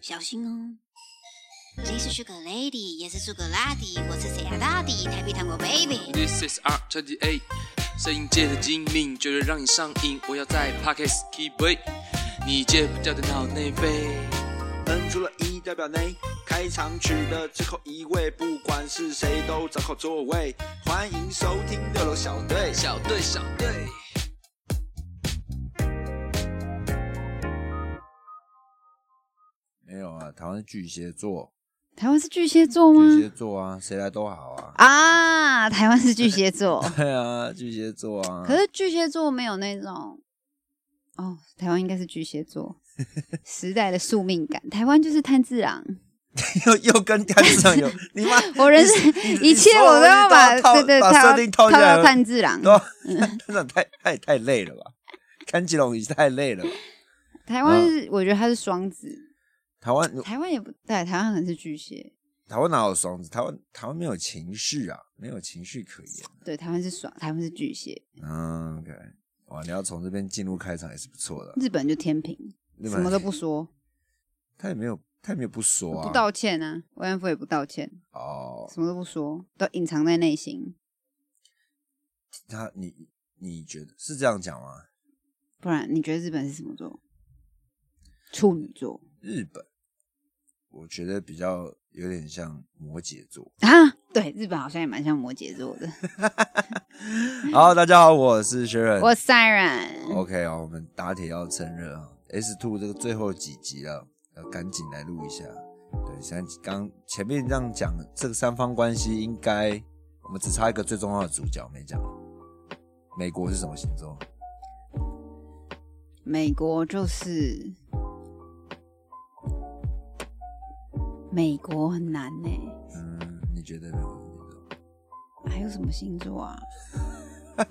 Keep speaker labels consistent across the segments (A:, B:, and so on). A: 小心哦。你是 Sugar Lady，也是 Sugar 拉蒂，我是谁啊大迪，台北糖果 Baby。
B: This is R 2 8 A，摄影界的精明，绝对让你上瘾。我要在 Pockets keep it，你戒不掉的脑内啡。
C: 摁出了一代表内。开场曲的最后一位，不管是谁都找好座位。欢迎收听六楼小队。
B: 小队，小队。
D: 没有啊，台湾是巨蟹座，
E: 台湾是巨蟹座
D: 巨蟹
E: 吗？
D: 座啊，谁来都好啊。
E: 啊，台湾是巨蟹座，
D: 对啊，巨蟹座啊。
E: 可是巨蟹座没有那种哦，台湾应该是巨蟹座时代的宿命感。台湾就是炭治郎，
D: 又又跟干市 场有，你妈，
E: 我人生
D: 你你
E: 一切我都要把
D: 你说我
E: 对
D: 一定
E: 对
D: 要套把
E: 套
D: 设定套
E: 套
D: 进来
E: 到炭治郎。
D: 对啊吧？ 真的太太太累了吧？看吉隆也是太累了吧。
E: 台
D: 嗯
E: 湾是我觉得他是双子，
D: 台湾
E: 台湾也不对，台湾可能是巨蟹，
D: 台湾哪有双子？台湾台湾没有情绪啊，没有情绪可言。
E: 对，台湾是双，台湾是巨蟹，
D: 嗯，OK，哇，你要从这边进入开场也是不错的。
E: 日本就天平，
D: 日本
E: 什么都不说，
D: 他也没有，他也没有不说啊。
E: 不道歉啊，慰安妇也不道歉，
D: 哦，
E: 什么都不说，都隐藏在内心，
D: 他你你觉得是这样讲吗？
E: 不然你觉得日本是什么座？处女座
D: 日本，我觉得比较有点像摩羯座。
E: 啊？对，日本好像也蛮像摩羯座的。
D: 好，大家好，我是学仁。
E: 我 Siren，
D: OK 啊、我们打铁要趁热啊。S Two 这个最后几集啊，要赶紧来录一下。对，像刚前面这样讲，这个三方关系应该我们只差一个最重要的主角没讲。美国是什么星座？
E: 美国就是美国很难呢、
D: 嗯，你觉得美国是什么星座？
E: 还有什么星座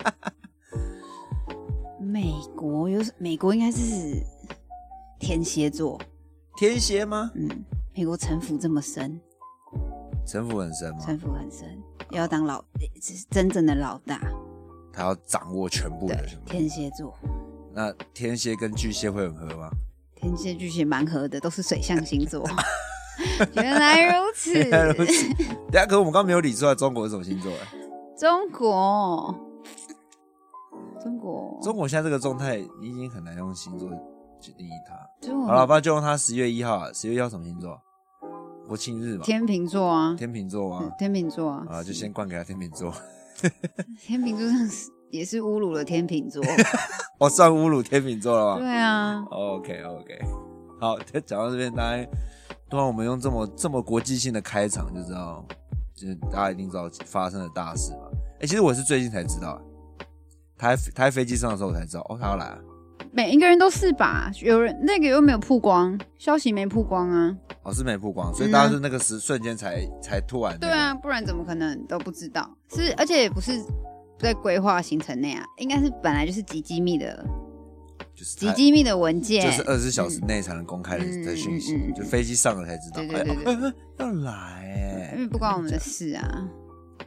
E: 啊？美国有美国应该是天蝎座，
D: 天蝎吗？
E: 嗯，美国城府这么深，
D: 城府很深吗？
E: 城府很深，要当老是真正的老大，
D: 他要掌握全部
E: 对
D: 的什，么？
E: 天蝎座，
D: 那天蝎跟巨蟹会很合吗？
E: 天蝎巨蟹蛮合的，都是水象星 座。原来如此，
D: 原来啊如此。等下，可我们刚刚没有理出来中国是什么星座、哎
E: 中国，中国，
D: 中国现在这个状态，你已经很难用星座去定义它。
E: 中国
D: 好了，不然就用它十月一号啊，十月一号什么星座？国庆日嘛，
E: 天秤座啊，
D: 天秤座
E: 嗯
D: 啊，
E: 天秤座啊，
D: 啊，就先灌给他天秤座。
E: 天秤座上是也是侮辱了天秤 座，
D: 哦，算侮辱天秤座了吗
E: 对啊，
D: ？OK OK，好，讲到这边，大家突然我们用这么这么国际性的开场，就知道，就是大家一定知道发生的大事嘛。哎、其实我是最近才知道、台台飞机上的时候我才知道，哦，他要来啊。
E: 每一个人都是吧？有人那个又没有曝光，消息没曝光啊，
D: 哦，是没曝光，所以
E: 嗯啊
D: 大家是那个时瞬间才才突然、那
E: 对
D: 个
E: 啊，不然怎么可能都不知道？是而且也不是在规划行程内啊，应该是本来就是极机密的
D: 就是
E: 极
D: 它
E: 机密的文件，
D: 哎就是二十小时内才能公开的
E: 嗯
D: 的讯息，
E: 嗯嗯嗯
D: 就飞机上了才知道。
E: 对对
D: 哎哦
E: 对
D: 哎哎要来
E: 因为
D: 哎，
E: 不关我们的事啊，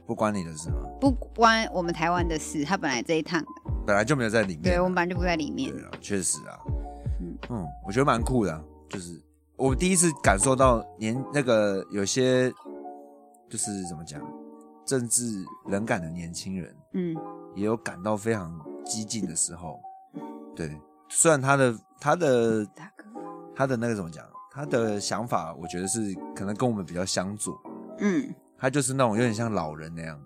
D: 不关你的事吗？
E: 不关我们台湾的事，他本来这一趟，
D: 本来就没有在里面。啊
E: 对我们本来就不在里面，
D: 对啊，确实啊
E: 嗯，
D: 嗯，我觉得蛮酷的啊、就是我第一次感受到年那个有些就是怎么讲，政治冷感的年轻人，
E: 嗯，
D: 也有感到非常激进的时候。对，虽然他的他的
E: 大哥，
D: 他的那个怎么讲，他的想法，我觉得是可能跟我们比较相左。
E: 嗯，
D: 他就是那种有点像老人那样，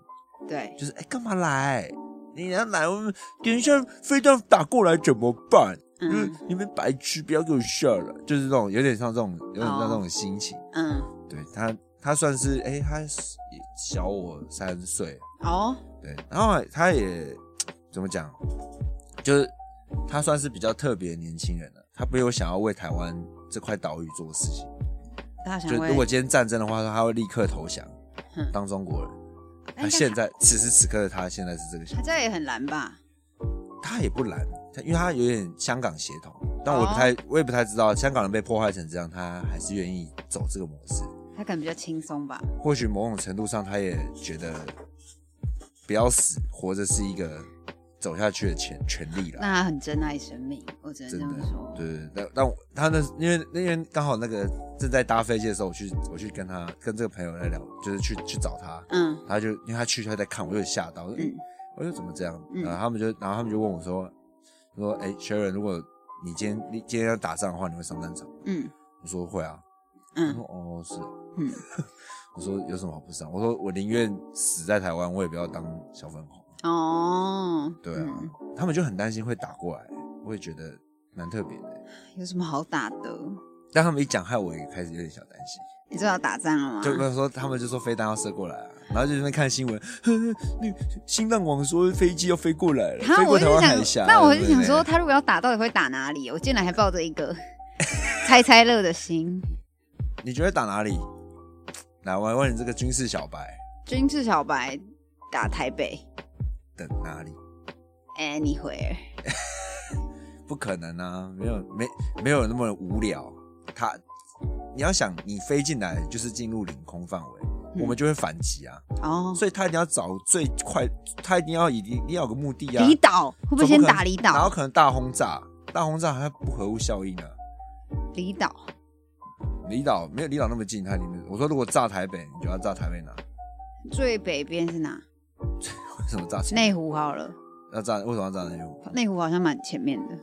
E: 对，
D: 就是哎干、嘛来？你要来，我们等一下飞弹打过来怎么办？你
E: 嗯
D: 们你们白痴，不要给我下来！就是那种有点像这种，有点像这种心情。
E: 嗯，
D: 对他，他算是哎、他是小我三岁，啊
E: 哦，
D: 对，然后他也怎么讲，就是他算是比较特别的年轻人了。啊他没有想要为台湾这块岛屿做事情，
E: 他想
D: 就
E: 问
D: 如果今天战争的话，他会立刻投降
E: 嗯，
D: 当中国人。
E: 哎
D: 他现在此时此刻的他，现在是这个想
E: 他
D: 法，
E: 这样也很难吧？
D: 他也不拦，他因为他有点香港协同，但我也不
E: 哦
D: 太，我也不太知道香港人被破坏成这样，他还是愿意走这个模式。
E: 他可能比较轻松吧。
D: 或许某种程度上，他也觉得不要死，活着是一个走下去的权权利了。
E: 那他很珍爱生命，我只能这
D: 啊真的
E: 样说。，
D: 对，但但我他那因为那天刚好那个正在搭飞机的时候，我去我去跟他跟这个朋友在聊，就是去去找他，
E: 嗯
D: 他就因为他去他在看，我就吓到，我说
E: 嗯
D: 我说怎么这样？
E: 嗯
D: 然后他们就，然后他们就问我说，说，哎、s h a r o n 如果你今天你今天要打仗的话，你会上战场吗？
E: 嗯
D: 我说会啊。他说
E: 嗯
D: 哦是哦。
E: 嗯，
D: 我说有什么好不上？我说我宁愿死在台湾，我也不要当小粉红。
E: 哦，
D: 对啊，
E: 嗯
D: 他们就很担心会打过来，我也觉得蛮特别的。
E: 有什么好打的？
D: 但他们一讲，害我也开始有点小担心。
E: 你知道打仗了吗？
D: 就跟我说，他们就说飞弹要射过来啊，然后就在那边看新闻，呵呵那新浪网说飞机要飞过来了，
E: 他
D: 飞过
E: 啊我
D: 台
E: 就
D: 湾海
E: 想，
D: 峡。
E: 那我
D: 对
E: 就
D: 不
E: 想
D: 对
E: 说，他如果要打，到底会打哪里？我竟然还抱着一个 猜猜乐的心。
D: 你觉得打哪里？来，我来问你这个军事小白，
E: 军事小白打台北
D: 等哪里？
E: ，anywhere，
D: 不可能啊，没有没没有那么无聊。他，你要想，你飞进来就是进入领空范围，
E: 嗯
D: 我们就会反击啊。
E: 哦，
D: 所以他一定要找最快，他一定要一定一定要有个目的啊。
E: 离岛会不会
D: 总
E: 先
D: 可能
E: 打离
D: 然后
E: 岛？
D: 可能大轰炸，大轰炸还不合乎效啊益呢。
E: 离岛，
D: 离岛没有离岛那么近，它里面我说如果炸台北，你就要炸台北哪？
E: 最北边是哪？
D: 为什么炸前？
E: 内湖好了，
D: 要炸为什么要炸内湖？
E: 内湖好像蛮前面 的。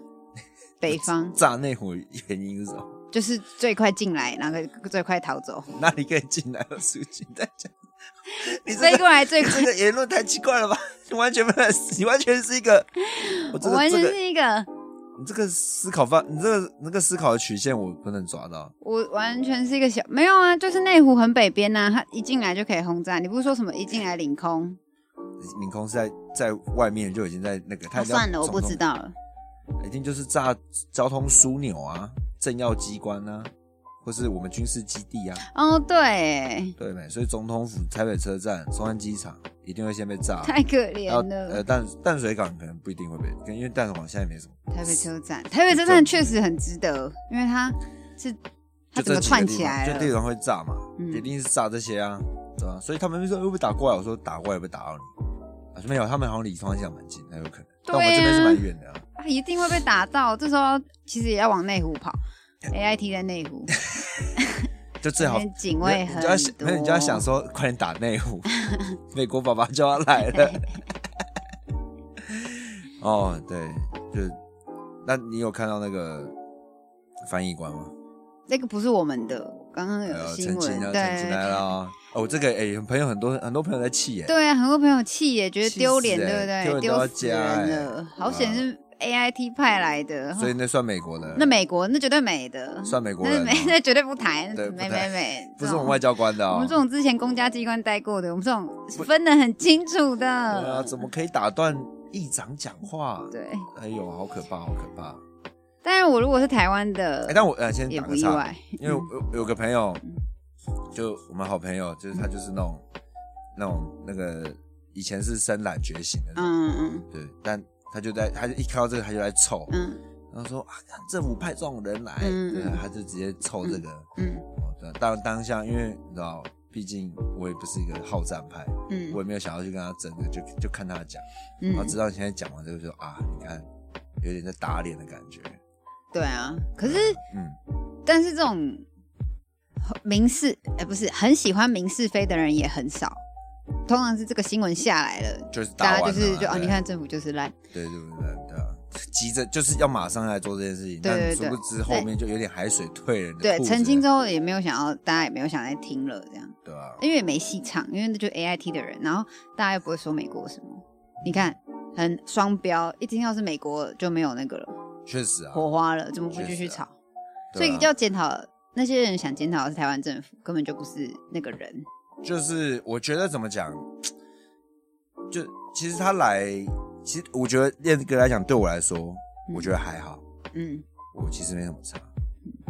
E: 北方
D: 炸内湖的原因是什么？
E: 就是最快进来，然后 最快逃走，
D: 哪里可以进来有苏进大家？你这
E: 飞
D: 个
E: 过来最快
D: 这。个言论太奇怪了吧？你完全没有，你完全是一个， 我这
E: 我
D: 个
E: 完
D: 这
E: 全
D: 个
E: 是一个，
D: 你这个思考方，你这个那个思考的曲线我不能抓到。
E: 我完全是一个小没有啊，就是内湖很北边呐、啊，它一进来就可以轰炸。你不是说什么一进来领空？
D: 领空是在在外面就已经在那个，他、
E: 啊、算了，我不知，道了。
D: 一定就是炸交通枢纽啊、政要机关啊，或是我们军事基地啊，
E: 哦，对，
D: 对没？所以总统府、台北车站、松山机场一定会先被炸。
E: 太可怜
D: 然后
E: 了。
D: 呃，淡淡水港可能不一定会被，因为淡水港现在也没什么。
E: 台北车站，台北车站确实很值得，因为它是
D: 就
E: 它整
D: 这几个
E: 个串
D: 地
E: 起
D: 方，
E: 来
D: 就地
E: 了。
D: 方会炸嘛，
E: 嗯
D: 一定是炸这些啊，对吧、所以他们说会不会打过来？我说打过来也不会打到你，啊没有，他们好像离双向蛮近，那有可能，但我们这边是蛮远的、啊。
E: 啊一定会被打到，这时候其实也要往内湖 跑。AIT 在内湖，
D: 就最好
E: 那边警
D: 没有
E: 卫
D: 你
E: 很
D: 就要想，没有你就要想
E: 多
D: 说，快点打内 湖，美国爸爸就要来了。哦，对，就是，那你有看到那个翻译官吗？
E: 那个不是我们的，刚刚有
D: 呃，
E: 新
D: 陈
E: 闻
D: 情啊，，陈情来
E: 对
D: 了啊、哦，这个哎、朋友很多很多朋友在气耶、
E: 对啊，很多朋友气也觉得丢脸，
D: 气死
E: 对不
D: 欸
E: 对？
D: 丢人都要
E: 丢死
D: 加
E: 人
D: 欸
E: 了，好险是 AIT 派来的，
D: 啊所以那算美国的，
E: 那美国那绝对美的，
D: 算美国
E: 那
D: 人、
E: 美
D: 啊，
E: 那绝对不台，
D: 对不
E: 美
D: 台
E: 美美，
D: 不是我们外交官的、哦，
E: 这种。我们这种之前公家机关待过的，我们这种分得很清楚
D: 对啊，
E: 的。
D: 怎么可以打断议长讲话？
E: 对，
D: 哎呦，好可怕，好可怕！
E: 但是我如果是台湾的
D: 哎，，但我呃先
E: 也
D: 打
E: 不
D: 个
E: 意
D: 岔
E: 外，。
D: 因为我
E: 嗯
D: 有有个朋友，就我们好朋友，就是他就是那种那种那个以前是深蓝觉醒的，
E: 嗯嗯
D: 对，但他就在他就一看到这个他就在凑，
E: 嗯
D: 然后说啊，看政府派这种人来，
E: 嗯
D: 对啊
E: 嗯，
D: 他就直接凑这个。
E: 嗯
D: 哦，对啊，当当下因为你知道，毕竟我也不是一个好战派，
E: 嗯
D: 我也没有想要去跟他争的，就就看他讲。
E: 嗯
D: 然后，知道你现在讲完之后就啊，你看有点在打脸的感觉。
E: 对啊。可是，
D: 嗯，
E: 但是这种民事，哎，不是很喜欢民事非的人也很少。通常是这个新闻下来了，
D: 就是打完
E: 大家
D: 了
E: 就是
D: 嘛
E: 就啊，
D: 对
E: 你看政府就是烂，
D: 对对对对对啊，急着就是要马上来做这件事情，
E: 对
D: 但
E: 对
D: 殊
E: 对哎
D: 不知后面就有点海水退了你的
E: 对
D: 裤，子
E: 澄清之后也没有想要，大家也没有想来听了，这样，
D: 对啊吧？
E: 因为也没戏唱，因为那就 A I T 的人，然后大家又不会说美国什么，你看很双标，一听到是美国就没有那个了，
D: 确实啊，
E: 火花了，怎么不继续
D: 确实啊
E: 吵？所
D: 对啊
E: 以要检讨那些人想检讨的是台湾政府，根本就不是那个人，
D: 就是我觉得怎么讲，就其实他来，其实我觉得练哥来讲，对我来说，
E: 嗯
D: 我觉得还好，
E: 嗯
D: 我其实没什么差。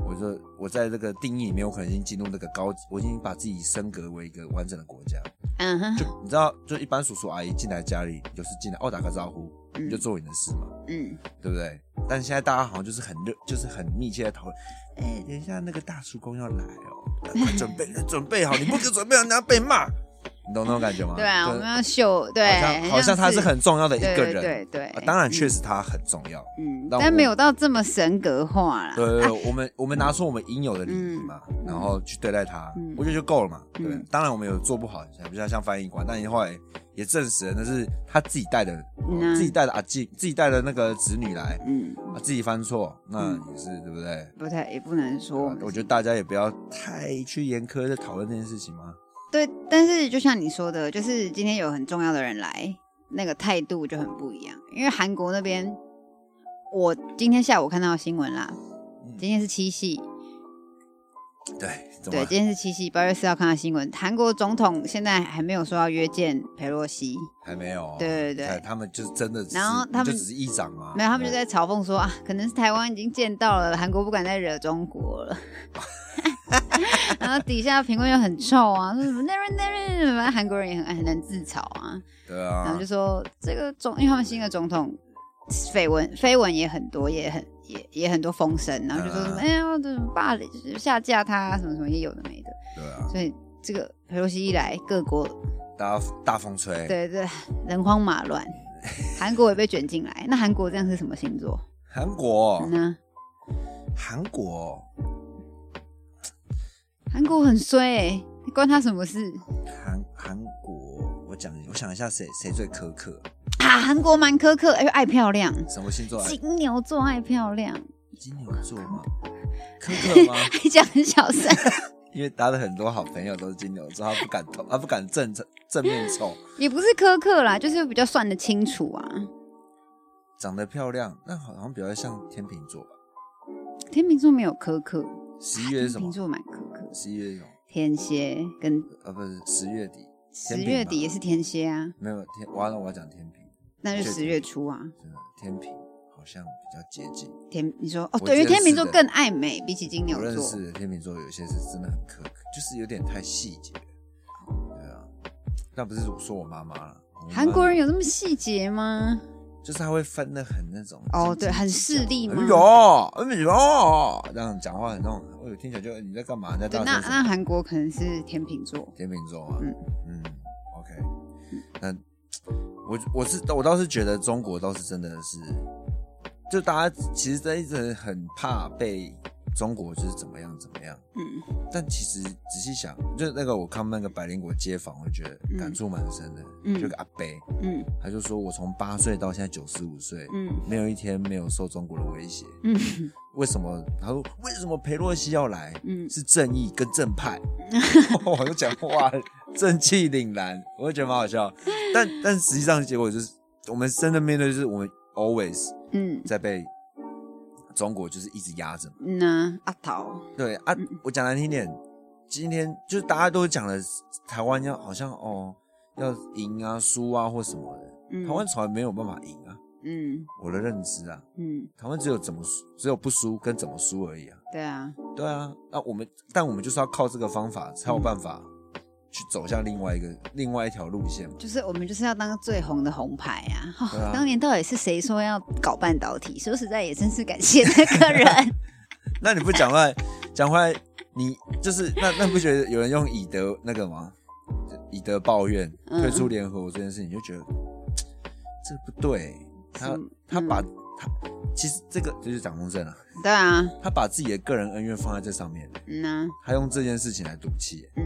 D: 我说我在这个定义里面，我可能已经进入那个高，我已经把自己升格为一个完整的国家。
E: 嗯哼，
D: 就你知道，就一般叔叔阿姨进来家里，你就是进来哦打个招呼，
E: 嗯
D: 你就做你的事嘛，
E: 嗯，
D: 对不对？但现在大家好像就是很热，就是很密切的讨论。哎， 等一下那个大叔公要来哦，呃快准备准备好，你不准备好，你要被骂。你懂那种感觉吗？
E: 对啊，
D: 就
E: 我们要秀，对，
D: 好像好像他是很重要的一个人，
E: 对嗯对对
D: 啊当然确
E: 实，
D: 实他很重要。
E: 嗯，
D: 让
E: 但
D: 我
E: 没有到这么神格化啦。
D: 对对对，我们我们拿出我们应有的礼仪嘛，
E: 啊嗯
D: 然后去对待他
E: 嗯，
D: 我觉得就够了嘛。对不对
E: 嗯，
D: 当然我们有做不好，比较像翻译官，但后来也证实了那是他自己带的
E: 嗯啊，
D: 自己带的阿季，自己带的那个子女来，
E: 嗯，
D: 啊自己犯错，那也是对不对？啊
E: 不太也不能嗯说我们
D: 我觉得大家也不要太去严苛的讨论这件事情嘛。
E: 对，但是就像你说的，就是今天有很重要的人来，那个态度就很不一样。因为韩国那边，我今天下午看到新闻啦，今天是七夕，
D: 嗯对，怎么
E: 对，
D: 了？
E: 今天是七夕，八月四号看到新闻，韩国总统现在还没有说要约见佩洛西，
D: 还没有哦？
E: 对对对
D: 哎他们就是真的只是，
E: 然后他们
D: 就只是议长嘛，
E: 没有，他们就
D: 对
E: 在嘲讽说啊，可能是台湾已经见到了，韩国不敢再惹中国了。 然后底下评论又很臭啊，说什么那人那人，反正韩国人也很很能自嘲啊。
D: 对
E: 然
D: 啊
E: 后就，说这个总，因为他们新的总统绯闻绯闻也很多，也很也也很多风声，然后就说什么、
D: 嗯
E: 哎呀，这种霸凌就是下架他、啊、什么什么也有的没的，
D: 对啊，
E: 所以这个佩洛西一来，各国
D: 大家大风吹，
E: 对对人荒马乱，韩国也被卷进来。那韩国这样是什么星座
D: 韩国，
E: 呢？
D: 韩国，
E: 韩国很衰、欸，关他什么事
D: 韩韩国，我讲，我想一下谁谁最苛刻，
E: 啊？韩国蛮苛刻，哎、爱漂亮，
D: 什么星座啊？
E: 金牛座爱漂亮，
D: 金牛座吗？苛刻吗？
E: 还讲很小声。
D: 因为他的很多好朋友都是金牛座，他不敢投，他不敢正正面凑，
E: 也不是苛刻啦，就是比较算得清楚啊。
D: 长得漂亮，那好像比较像天秤座吧。
E: 天秤座没有苛刻，
D: 十一月是什
E: 天
D: 么
E: 秤？座蛮苛刻，
D: 十一月是什么？
E: 天蝎跟
D: 呃，不是十月底，天
E: 十
D: 秤
E: 月
D: 吧
E: 底也是天蝎啊，
D: 没有天，完了我要讲天平，
E: 那就
D: 确
E: 十月初啊。
D: 真的天平好像比较接近。
E: 天，你说哦，
D: 我
E: 对，因为
D: 记得
E: 天秤座
D: 是的
E: 更爱美，比起金牛
D: 我认
E: 座
D: 识，的天秤座有些是真的很苛刻，就是有点太细节。对啊，但不是说我妈妈了，我妈
E: 韩国人有这么细节吗？
D: 就是他会分的很那种
E: 哦，
D: 斤斤
E: 对，很
D: 计较
E: 势利吗
D: 哎？呦，哎呦，这样讲话很那种，我有听起来就你在干嘛？你在
E: 对，
D: 大
E: 那
D: 声什
E: 那
D: 么？
E: 韩国可能是天秤座，
D: 天秤座嘛，
E: 嗯
D: 嗯嗯，OK，那我我是我倒是觉得中国倒是真的是，就大家其实真的很怕被中国就是怎么样怎么样，
E: 嗯，
D: 但其实仔细想，就那个我看那个百灵果街访，我觉得
E: 嗯
D: 感触蛮深的，
E: 嗯
D: 就有个阿伯，
E: 嗯
D: 他就说我从八岁到现在九十五岁，
E: 嗯
D: 没有一天没有受中国的威胁。
E: 嗯
D: 为什么？他说为什么裴洛西要来？
E: 嗯，
D: 是正义跟正派，我就讲话正气凛然，我就觉得蛮好笑。但但实际上结果就是，我们真的面对就是我们 always
E: 嗯
D: 在被中国就是一直压着嘛。
E: 嗯呐，阿桃，
D: 对啊，我讲难听点，今天就是大家都讲了台湾要好像哦要赢啊输啊或什么的，
E: 嗯
D: 台湾从来没有办法赢啊，
E: 嗯
D: 我的认知啊，
E: 嗯，
D: 台湾只有怎么输，只有不输跟怎么输而已啊。
E: 对啊，
D: 对啊，那我们但我们就是要靠这个方法才
E: 嗯
D: 有办法去走向另外一个另外一条路线嘛。
E: 就是我们就是要当最红的红牌啊！哦
D: 对啊
E: 当年到底是谁说要搞半导体？说实在也真是感谢那个 人。
D: 那你不讲话，讲话你就是那那不觉得有人用以德那个吗？以德报怨，
E: 嗯
D: 退出联合国这件事情，你就觉得嘖这个不对。他
E: 嗯
D: 他把他其实这个就是蒋公正啊，
E: 对啊，
D: 他把自己的个人恩怨放在这上面，
E: 嗯呐、
D: 他用这件事情来赌气。
E: 嗯，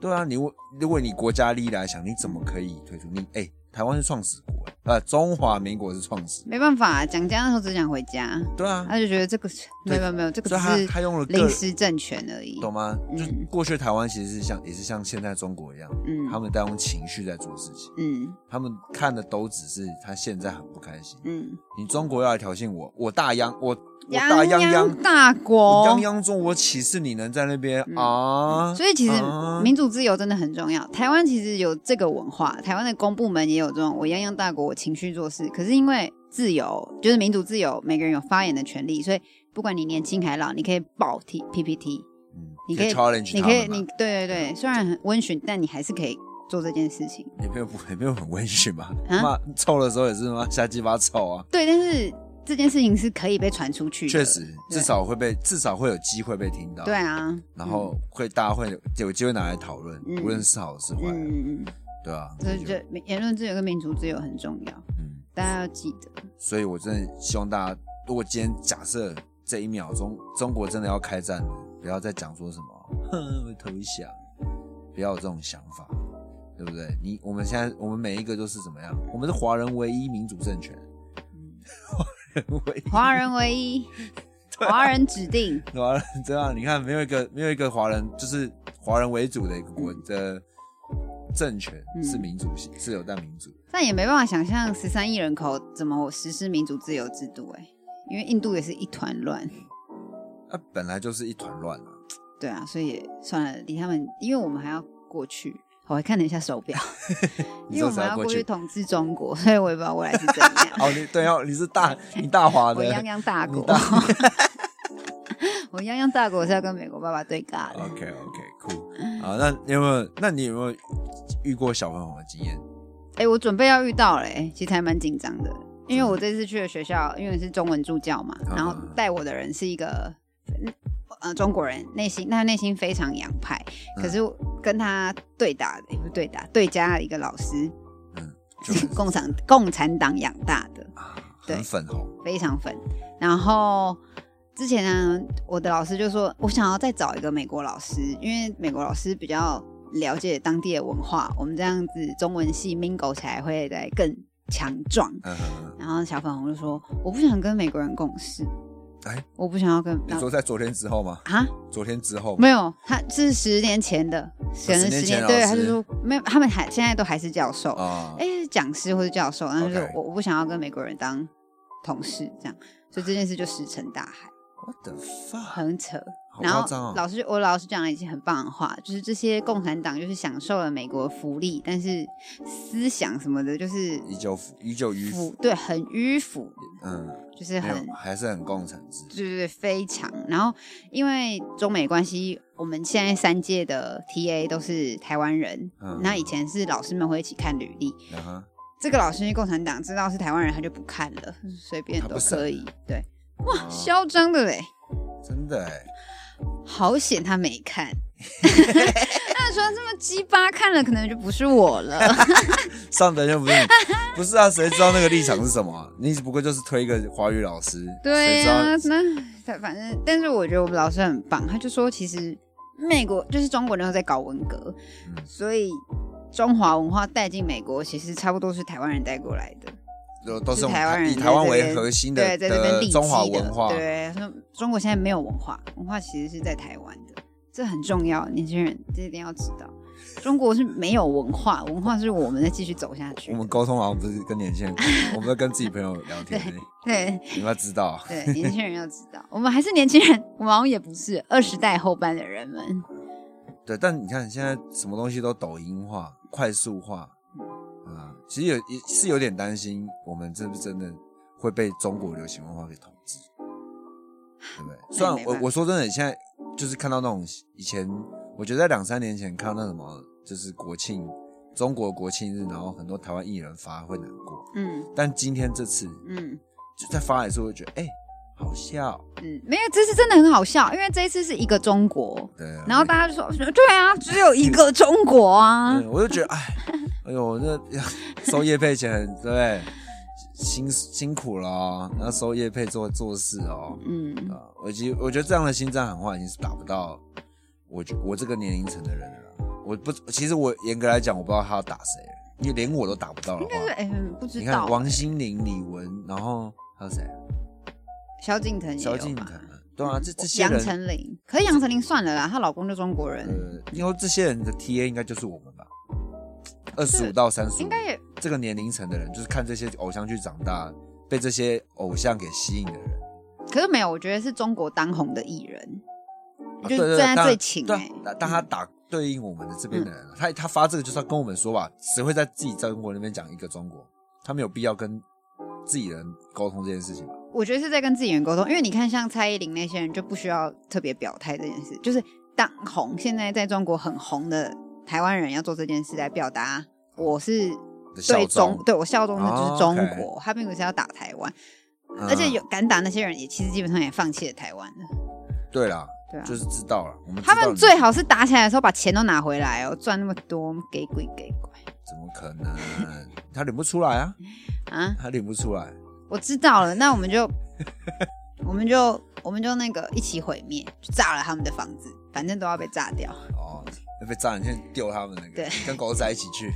D: 对啊，你为如果你国家利益来想，你怎么可以退出？你哎、台湾是创始国，呃，中华民国是创始。
E: 没办法，蒋家那时候只想回家，
D: 对啊，
E: 他就觉得这个是没
D: 对
E: 有没有，这个
D: 所
E: 只
D: 以他
E: 是
D: 他用了个
E: 临时政权而已。
D: 懂吗？
E: 嗯
D: 就过去的台湾其实是像也是像现在中国一样，
E: 嗯
D: 他们在用情绪在做事情，
E: 嗯
D: 他们看的都只是他现在很不开心。
E: 嗯，
D: 你中国要来挑衅我，我大央我我
E: 泱
D: 大泱
E: 泱
D: 泱，
E: 大
D: 我
E: 国，嗯
D: 泱泱中我岂是你能在那边啊？
E: 所以其实
D: 啊
E: 民主自由真的很重要。台湾其实有这个文化，台湾的公部门也有这种我泱泱大国，我情绪做事。可是因为自由就是民主自由，每个人有发言的权利，所以不管你年轻还老，你可以报 T PPT，
D: 嗯
E: 你
D: 可
E: 可以
D: challenge
E: 你
D: 他
E: 可
D: 们
E: 以
D: 嘛啊
E: 你对对对，虽然很温驯，但你还是可以做这件事情。
D: 也没有不也没有很温驯嘛，
E: 啊
D: 骂臭的时候也是骂瞎鸡巴臭啊。
E: 对，但是这件事情是可以被传出去的，
D: 确实，
E: 对
D: 至少会被至少会有机会被听到。
E: 对，啊，
D: 然后会大家会有机会拿来讨论，
E: 嗯
D: 无论是好是坏啊，
E: 嗯，嗯嗯，
D: 对啊，
E: 所以
D: 我
E: 就
D: 觉得
E: 言论自由跟民主自由很重要，
D: 嗯，
E: 大家要记得。
D: 所以我真的希望大家，如果今天假设这一秒钟中国真的要开战了，不要再讲说什么 哼我投降，不要有这种想法，对不对？你我们现在我们每一个都是怎么样？我们是华人唯一民主政权，
E: 嗯
D: 唯一
E: 华人 唯一，
D: 啊
E: 华人指定，
D: 华人这样，啊你看没有一个没有一个华人就是华人为主的一个国的政权
E: 嗯
D: 是民主性，是有但民主。
E: 但也没办法想象十三亿人口怎么实施民主自由制度哎、因为印度也是一团乱，
D: 那、啊本来就是一团乱啊，
E: 对啊，所以也算了，离他们，因为我们还要过去。我还看了一下手表，
D: 你
E: 因
D: 说
E: 为我
D: 谁
E: 们还要
D: 过
E: 过
D: 去
E: 去？统治中国，所以我也不知道未来是怎样。
D: 哦，你对哦，你是 大你大华的
E: 我泱泱大国
D: 你大，
E: 我泱泱大国是要跟美国爸爸对尬的。
D: OK OK，酷啊。那你有没有？那你有没有遇过小粉红的经验？
E: 哎、我准备要遇到了、哎，其实还蛮紧张的，因为我这次去的学校，因为是中文助教嘛，
D: 啊
E: 然后带我的人是一个嗯呃中国人，内心他内心非常洋派，
D: 嗯
E: 可是我跟他对打也不是对打对家的一个老师
D: 嗯， 就是
E: 共产共产党养大的，
D: 啊，
E: 对
D: 很粉红，
E: 非常粉。然后之前呢，我的老师就说，我想要再找一个美国老师，因为美国老师比较了解当地的文化，我们这样子中文系 mingle 起来会再更强壮。
D: 嗯嗯，嗯
E: 然后小粉红就说，我不想跟美国人共事，
D: 哎
E: 我不想要跟
D: 你说在昨天之后吗？
E: 啊，
D: 昨天之后吗
E: 没有，他是十年前的，可能
D: 10年
E: 十
D: 前
E: 年
D: 的
E: 对，
D: 老
E: 他就
D: 师
E: 说没有，他们还现在都还是教授，
D: 啊，
E: 哎、是讲师或者教授，然后就
D: OK
E: 我我不想要跟美国人当同事，这样，所以这件事就石沉大海，
D: 我的 fuck，
E: 很扯。
D: 好
E: 然
D: 夸
E: 后
D: 张哦。
E: 老师，我老师讲了一句很棒的话，就是这些共产党就是享受了美国福利，但是思想什么的，就是
D: 依旧腐依旧迂
E: 腐
D: 腐，
E: 对，很迂腐，
D: 嗯，
E: 就是
D: 没
E: 很
D: 有，还是很共产制。
E: 对对对，非常。然后因为中美关系，我们现在三届的 TA 都是台湾人，
D: 嗯
E: 那以前是老师们会一起看履历，
D: 嗯哼，
E: 这个老师共产党知道是台湾人，他就不看了，随便都可以。对，哇，嚣张的嘞，
D: 哦真的哎，
E: 好险他没 看。那说这么鸡巴，看了可能就不是我 了。
D: 上等又不是你，不是啊，谁知道那个立场是什么、啊？你只不过就是推一个华语老师，
E: 对啊呀、
D: 谁知道
E: 那他反正，但是我觉得我们老师很棒，他就说其实美国就是中国人都在搞文革，
D: 嗯
E: 所以中华文化带进美国，其实差不多是台湾人带过来的。
D: 都都是
E: 是
D: 我们
E: 台湾人
D: 以台湾
E: 在这边
D: 为核心的
E: 对，在这边
D: 的
E: 立
D: 中华
E: 基的
D: 文化，
E: 对，他说中国现在没有文化，文化其实是在台湾的，这很重要，年轻人这一定要知道。中国是没有文化，文化是我们在继续走下去
D: 我
E: 的。
D: 们沟通好像不是跟年轻 人沟通，我们都跟自己朋友聊天而已。
E: 对
D: 你们要知 道，啊
E: 对，年轻人要知道，我们还是年轻人，我们好像也不是二十代后半的人们。
D: 对，但你看现在什么东西都抖音化、快速化，啊，其实有也是有点担心，我们是不是真的会被中国流行文化给统治，对不对？虽然
E: 没
D: 我
E: 办法
D: 我说真的，现在就是看到那种以前，我觉得在两三年前看到那什么，就是国庆中国国庆日，然后很多台湾艺人发会难过，
E: 嗯
D: 但今天这次
E: 嗯
D: 就在发的时候，我就觉得哎、好笑，
E: 嗯，没有，这次真的很好笑，因为这一次是一个中国，
D: 对，啊
E: 然后大家就说，对啊，只有一个中国啊
D: 对，，我就觉得，哎，哎呦，这 收业配钱，对不对？辛辛苦了、哦，然后收业配做做事哦，
E: 嗯，
D: 啊，我其实我觉得这样的心脏喊话已经是打不到我觉我这个年龄层的人了啦。我不，其实我严格来讲，我不知道他要打谁，因为连我都打不到的话
E: 但，是哎、不知
D: 你
E: 道
D: 看王心凌、李玟，然后还有谁？啊
E: 萧敬腾也有
D: 萧
E: 吧，
D: 敬腾，对啊，这这些
E: 杨
D: 人，
E: 丞琳，可是杨丞琳算了啦，她老公就中国人，
D: 呃，因为这些人的 TA 应该就是我们吧，二十
E: 是
D: 五到三十五，
E: 应该也
D: 这个年龄层的人，就是看这些偶像剧长大，被这些偶像给吸引的人，
E: 可是没有，我觉得是中国当红的艺人，
D: 啊
E: 就是
D: 对对
E: 最爱
D: 当然
E: 最勤嗯
D: 对啊
E: 欸，
D: 但但他打对应我们的这边的人，他他发这个就是要跟我们说吧，谁会在自己中国那边讲一个中国？他没有必要跟自己人沟通这件事情吧？
E: 我觉得是在跟自己人沟通，因为你看像蔡依林那些人就不需要特别表态这件事，就是当红，现在在中国很红的台湾人要做这件事来表达我是
D: 的效
E: 对
D: 忠
E: 中，对我效忠的就是
D: 哦
E: 中
D: ，OK
E: 国，他并不是要打台湾。
D: 嗯
E: 而且有敢打那些人也其实基本上也放弃了台湾了，
D: 对啦，
E: 对啊。
D: 就是知道了。我们知道
E: 他们
D: 你
E: 最好是打起来的时候把钱都拿回来哦，赚那么多给鬼给鬼
D: 怎么可能？他领不出来啊，
E: 啊！
D: 他领不出来。
E: 我知道了，那我们就 我们就我们就那个一起毁灭，就炸了他们的房子，反正都要被炸掉。
D: 哦，那被炸，你就丢他们那个
E: 对，
D: 跟狗仔一起去。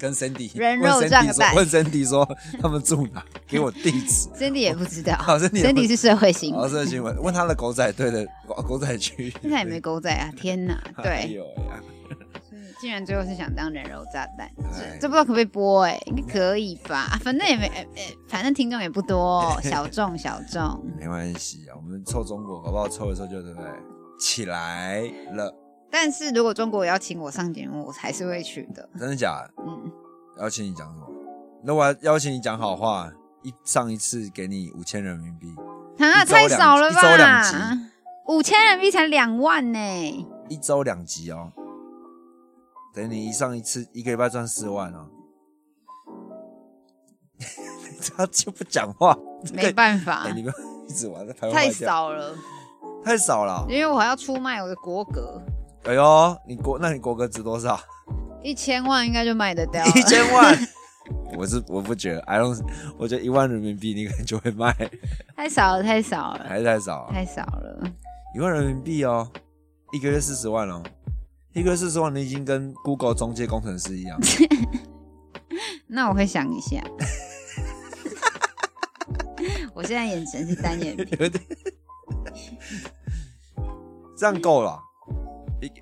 D: 跟 Cindy
E: 人
D: 问
E: 肉
D: Cindy
E: 战个
D: 说
E: 半
D: 问 Cindy 说他们住哪，给我地 址。
E: Cindy 也不知道
D: 哦好，Cindy 也不哦
E: ，Cindy 是社会新
D: 然后
E: 闻，
D: 这个新闻问他的狗仔队的狗狗仔区，
E: 现在也没狗仔啊！天哪，
D: 哎
E: 对，
D: 呦呀，
E: 所以竟然最后是想当人肉炸弹，
D: 哎
E: 这这不知道可不可以播哎、应该可以吧？啊反正也没，哎哎反正听众也不多哦、 小众小众。
D: 没关系啊，我们凑中国，搞不好凑一凑就对不对？起来了，
E: 但是如果中国邀请我上节目，我还是会去的。
D: 真的假的？
E: 嗯，
D: 邀请你讲什么？那我要邀请你讲好话，一上一次给你五千人民币，
E: 啊，
D: 一周
E: 太
D: 两
E: 少了
D: 一周两
E: 吧
D: 集？
E: 五千人民币才两万呢、
D: 一周两集哦。等你一上一次，一个礼拜赚四万哦。 他就不讲话，这个
E: 没办法
D: 哎，，你不要一直玩，台湾
E: 啊太，少了，
D: 太少了。
E: 因为我还要出卖我的国格，
D: 哎呦，你国那你国格值多少？
E: 啊一千万应该就卖得掉
D: 一
E: 了。
D: 千 万？我是我不觉得，I don't，我觉得一万人民币你可能就会 卖，
E: 太少了，太少了，
D: 还是太少、啊。
E: 太少了。
D: 一万人民币哦，一个月四十万哦，一个月四十万，你已经跟 Google 中介工程师一样。
E: 那我会想一 下。我现在眼神是单眼皮，
D: 有点，这样够了啊。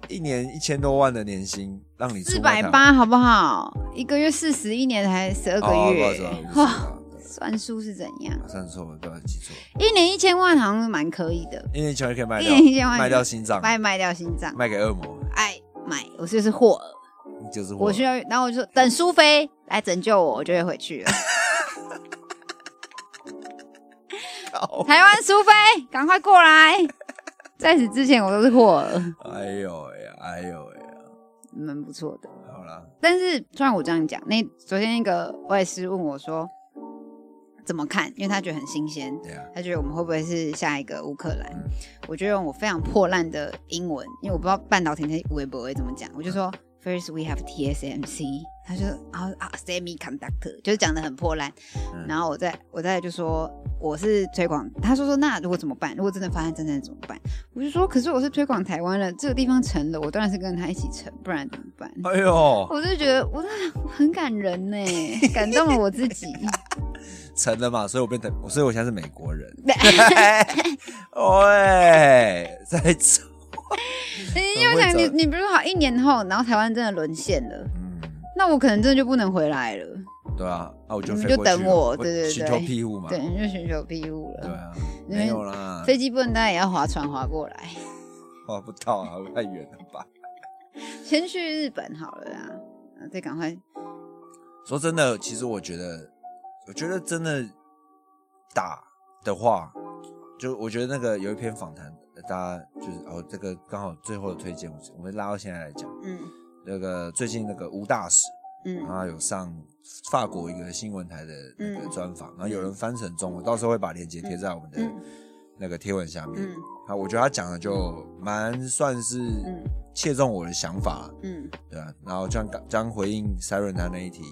D: 一一年一千多万的年薪，让你
E: 四
D: 出
E: 百
D: 卖他
E: 八好不好？一个月四十，一年才十二个
D: 哦不好意思
E: 月
D: 不好意， 思
E: 哇
D: 啊对
E: 算数是怎样？
D: 啊算错了，不要记错，
E: 一年一千万好像蛮可以的，
D: 一年一千万可以卖
E: 一
D: 掉，
E: 年一千万
D: 卖掉心脏，
E: 卖卖掉心脏，
D: 卖给恶魔，
E: 哎，买，我就是霍尔，
D: 你就是
E: 我需要，然后我就说等苏菲来拯救我，我就会回去了。
D: 要。
E: 台湾苏菲，赶快过来！在此之前，我都是霍尔，
D: 哎呦喂呀，哎呦喂呀，
E: 蛮不错的。
D: 好啦，
E: 但是虽然我这样讲，那昨天那个外师问我说怎么看，因为他觉得很新鲜，
D: 对啊呀，
E: 他觉得我们会不会是下一个乌克兰？我就用我非常破烂的英文，因为我不知道半导体那微博会怎么讲，我就说 First we have TSMC，他就然后啊 semiconductor，就是讲的很破烂。
D: 嗯
E: 然后我再我再就说我是推广，他说说那如果怎么办？如果真的发生战争怎么办？我就说可是我是推广台湾了，这个地方成了，我当然是跟他一起成，不然怎么办？
D: 哎呦，
E: 我就觉得我很感人呢，感动了我自己。
D: 成了嘛，所以我变成，所以我现在是美国 人。喂，在走，
E: 因为我想你，你比如说好一年后，然后台湾真的沦陷了，
D: 嗯，
E: 那我可能真的就不能回来了，
D: 对啊，啊，我就
E: 你
D: 飞
E: 们就
D: 过
E: 等
D: 去
E: 我
D: 了
E: 对对
D: 寻
E: 对
D: 求庇护嘛，
E: 对，你就寻求庇护
D: 对
E: 了。
D: 啊，
E: 因为
D: 没有啦，
E: 飞机不能，当然也要划船划过来。
D: 划不到啊，太远了吧？
E: 先去日本好了啦，啊，再赶快
D: 说真的，其实我觉得，我觉得真的打的话，就哦我觉得那个有一篇访谈，大家就是哦，这个刚好最后的推荐，我我们拉到现在来讲，
E: 嗯
D: 那个最近那个吴大使，然
E: 嗯
D: 后有上法国一个新闻台的那个
E: 嗯
D: 专访，然后有人翻成中文，到时候会把链接贴在我们的
E: 嗯
D: 那个贴文下面。
E: 嗯
D: 啊，我觉得他讲的就蛮算是
E: 嗯
D: 切中我的想法，
E: 嗯
D: 对啊，然后这样刚刚回应 Siren 他那一题，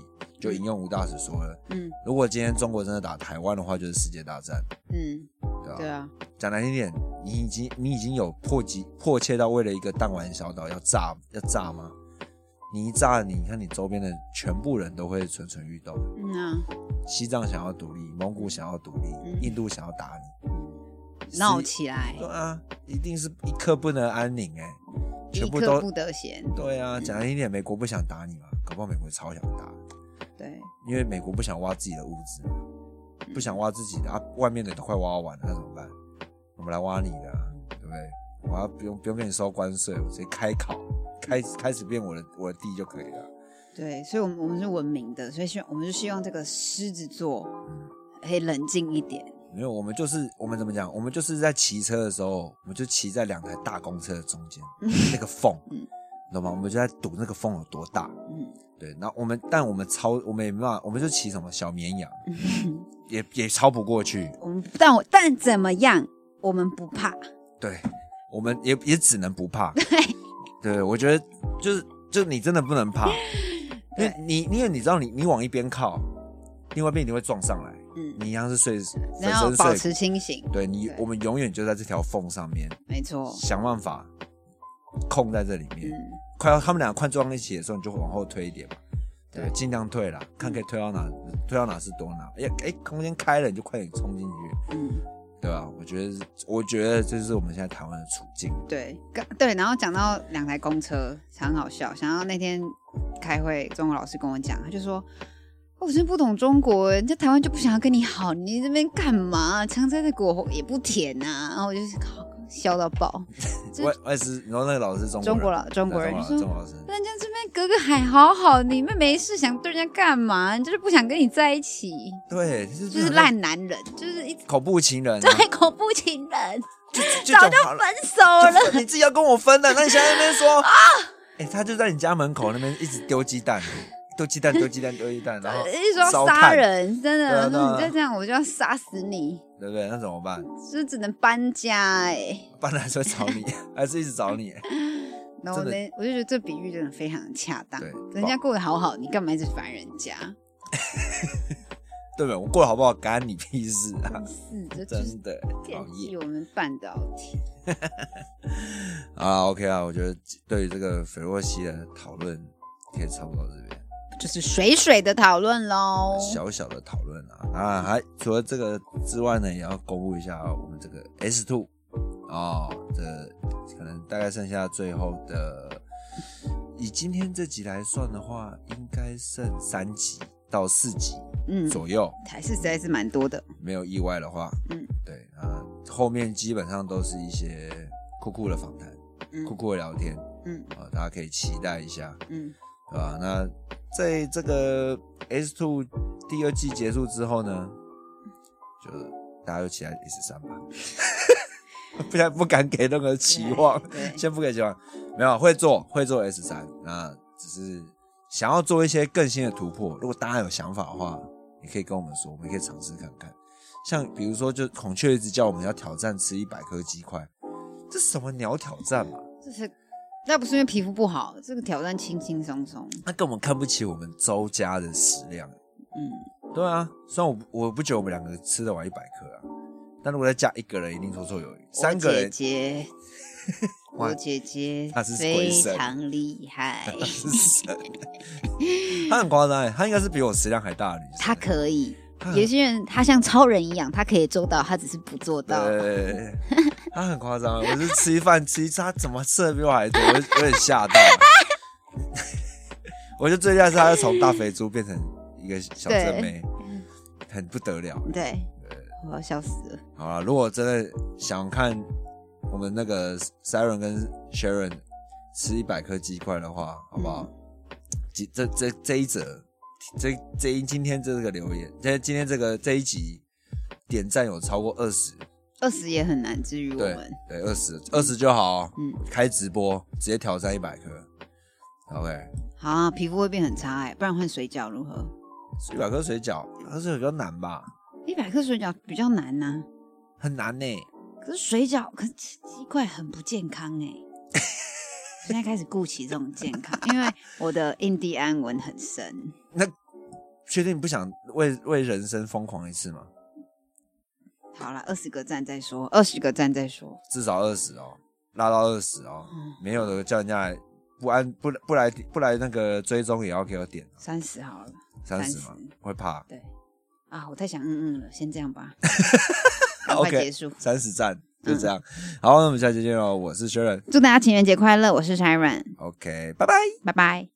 D: 就引用吴大使说了，
E: 嗯
D: 如果今天中国真的打台湾的话，就是世界大战，
E: 嗯，
D: 对吧、
E: 对啊，
D: 讲难听点，你已经你已经有迫急迫切到为了一个弹丸小岛要炸要炸吗？你一炸，你看你周边的全部人都会蠢蠢欲动。
E: 嗯啊，
D: 西藏想要独立，蒙古想要独立，
E: 嗯
D: 印度想要打你，
E: 闹起来
D: 是对，啊，一定是一刻不能安宁哎、全
E: 一
D: 部
E: 刻
D: 都
E: 不得闲。
D: 对啊，讲难听点，美国不想打你嘛，搞不好美国超想打，
E: 对，
D: 因为美国不想挖自己的物资嘛，不想挖自己的啊，外面的都快挖完了，那怎么办？我们来挖你的、啊，对不对？我要不用不用跟你收关税，我直接开考，开开始变我的我的地就可以了。
E: 对，所以，我们我们是文明的，所以希望我们就希望这个狮子座
D: 嗯
E: 可以冷静一点。
D: 没有，我们就是我们怎么讲？我们就是在骑车的时候，我们就骑在两台大公车的中间，那个缝，
E: 嗯
D: 懂吗？我们就在赌那个缝有多大。
E: 嗯，
D: 对，那我们但我们超我们也没办法，我们就骑什么小绵羊，也也超不过去。
E: 我们但我但怎么样，我们不怕。
D: 对，我们也也只能不怕。对，我觉得就是就你真的不能 怕，因为你因为你知道你你往一边靠，另外一边一定会撞上来，
E: 嗯，
D: 你一样是睡粉
E: 然后
D: 身
E: 保
D: 碎
E: 持
D: 骨。
E: 清醒，
D: 对你
E: 对，
D: 我们永远就在这条缝上面，
E: 没错。
D: 想办法控在这里面。
E: 嗯，
D: 快要他们俩快撞到一起的时候，你就往后退一点嘛，对，尽量退啦，看可以退到哪，退到哪是多哪。哎呀，哎，空间开了，你就快点冲进去，
E: 嗯，
D: 对吧？我觉得，我觉得这是我们现在台湾的处境。
E: 对，刚对，然后讲到两台公车，很好笑。想到那天开会，中国老师跟我讲，他就说：“哦我真不懂中国，欸人家台湾就不想要跟你好，你这边干嘛？啊强摘的果也不甜呐、然后我就是靠笑到爆。这
D: 外外师，然后那个老师是中
E: 中国
D: 国人
E: 老中国人
D: 对
E: 就
D: 中
E: 说
D: 国老师，
E: 人家这边隔个海好好，你们没事想对人家干嘛？啊你就是不想跟你在一起，
D: 对，就是
E: 就是烂男人，就是一直
D: 恐怖情人啊，
E: 对恐怖情人，
D: 就
E: 早
D: 讲
E: 就
D: 好了
E: 分手了。
D: 就分你自己要跟我分的，那你现在在那边 说啊？哎，他就在你家门口那边一直丢鸡蛋，丢鸡蛋，丢鸡蛋，丢鸡蛋，然后
E: 一直说
D: 哦烧
E: 要杀
D: 炭
E: 人，真
D: 对
E: 的，
D: 啊
E: 我
D: 对啊
E: 说你再这样，我就要杀死你，
D: 对不对？那怎么办？
E: 就只能搬家哎。
D: 不然还是会找你，还是一直找你。
E: 然后我
D: 真的
E: 那我就觉得这比喻真的非常恰当
D: 对，
E: 人家过得好好，你干嘛一直烦人家？
D: 对不对？我过得好不好干你屁事啊！
E: 是，嗯这就是
D: 真的讨
E: 电击
D: 厌
E: 我们半导体。
D: 啊！OK 啊，我觉得对于这个斐洛西的讨论可以差不多到这边，
E: 就是水水的讨论喽，
D: 小小的讨论啊啊！还除了这个之外呢，也要公布一下我们这个 S Two 哦，这可能大概剩下最后的，以今天这集来算的话，应该剩三集到四集
E: 嗯，
D: 左右。
E: 还是实在是蛮多的，
D: 没有意外的话，
E: 嗯，
D: 对啊，后面基本上都是一些酷酷的访谈、
E: 嗯
D: 酷酷的聊天
E: 嗯
D: 啊，大家可以期待一下，
E: 嗯
D: 对吧、啊那在这个 S Two 第二季结束之后呢，就大家就期待 S 三吧， 不然不敢给任何期望
E: 对，对
D: 先不给期望，没有会做会做 S 三，那只是想要做一些更新的突破，如果大家有想法的话，也可以跟我们说，我们可以尝试看看。像比如说，就孔雀一直叫我们要挑战吃一百颗鸡块，这什么鸟挑战嘛？
E: 这是那不是因为皮肤不好，这个挑战轻轻松松，
D: 他根本看不起我们周家的食量。
E: 嗯，
D: 对啊，虽然我不我不觉得我们两个吃得完一百克啊，但如果再加一个人，一定绰绰有余。三个
E: 我姐
D: 人
E: 姐，
D: 哇
E: 我姐姐
D: 她是鬼
E: 非
D: 神
E: 常厉害，
D: 是神， 她很夸张欸，她应该是比我食量还大的女生。
E: 她可以
D: 她。很
E: 有些人他像超人一样，他可以做到，他只是不做到。
D: 对， 她很夸张欸。我是吃一饭吃一次，她怎么吃的比我还多？我就有点吓到。 我就最吓是她就从大肥猪变成一个小正妹，很不得了欸。
E: 对，我要笑死了。
D: 好了，如果真的想看我们那个 Siren 跟 Sharon 吃一百颗鸡块的话，好不好？几这这这一则，这这一今天这个留言，这今天这个这一集点赞有超过二十，
E: 二十也很难治愈我
D: 对
E: 们。
D: 对，二十二十就好哦、
E: 嗯，
D: 开直播直接挑战一百颗，OK，
E: 好、啊，皮肤会变很差哎、不然换水饺如何？
D: 一百颗水饺，它是比较难吧？
E: 一百克水饺比较难呐、
D: 很难呢、
E: 可是水饺，可是吃鸡块很不健康哎、现在开始顾起这种健康，因为我的印第安纹很深，
D: 确定不想为为人生疯狂一次吗？
E: 好了，二十个赞再说，二十个赞再说。
D: 至少二十哦，拉到二十哦，
E: 嗯
D: 没有的叫人家来不按不不来不来那个追踪也要给我点哦
E: 三十好了
D: 三十嘛
E: 30，
D: 会怕
E: 啊！我太想嗯嗯了，先这 样吧，赶快结
D: ，OK，
E: 束。
D: 三十赞就这样，哦好，那我们下期见喽，我是 Sharon，OK，、
E: 祝大家情人节快乐！我是 Sharon，
D: 拜拜。
E: 拜拜。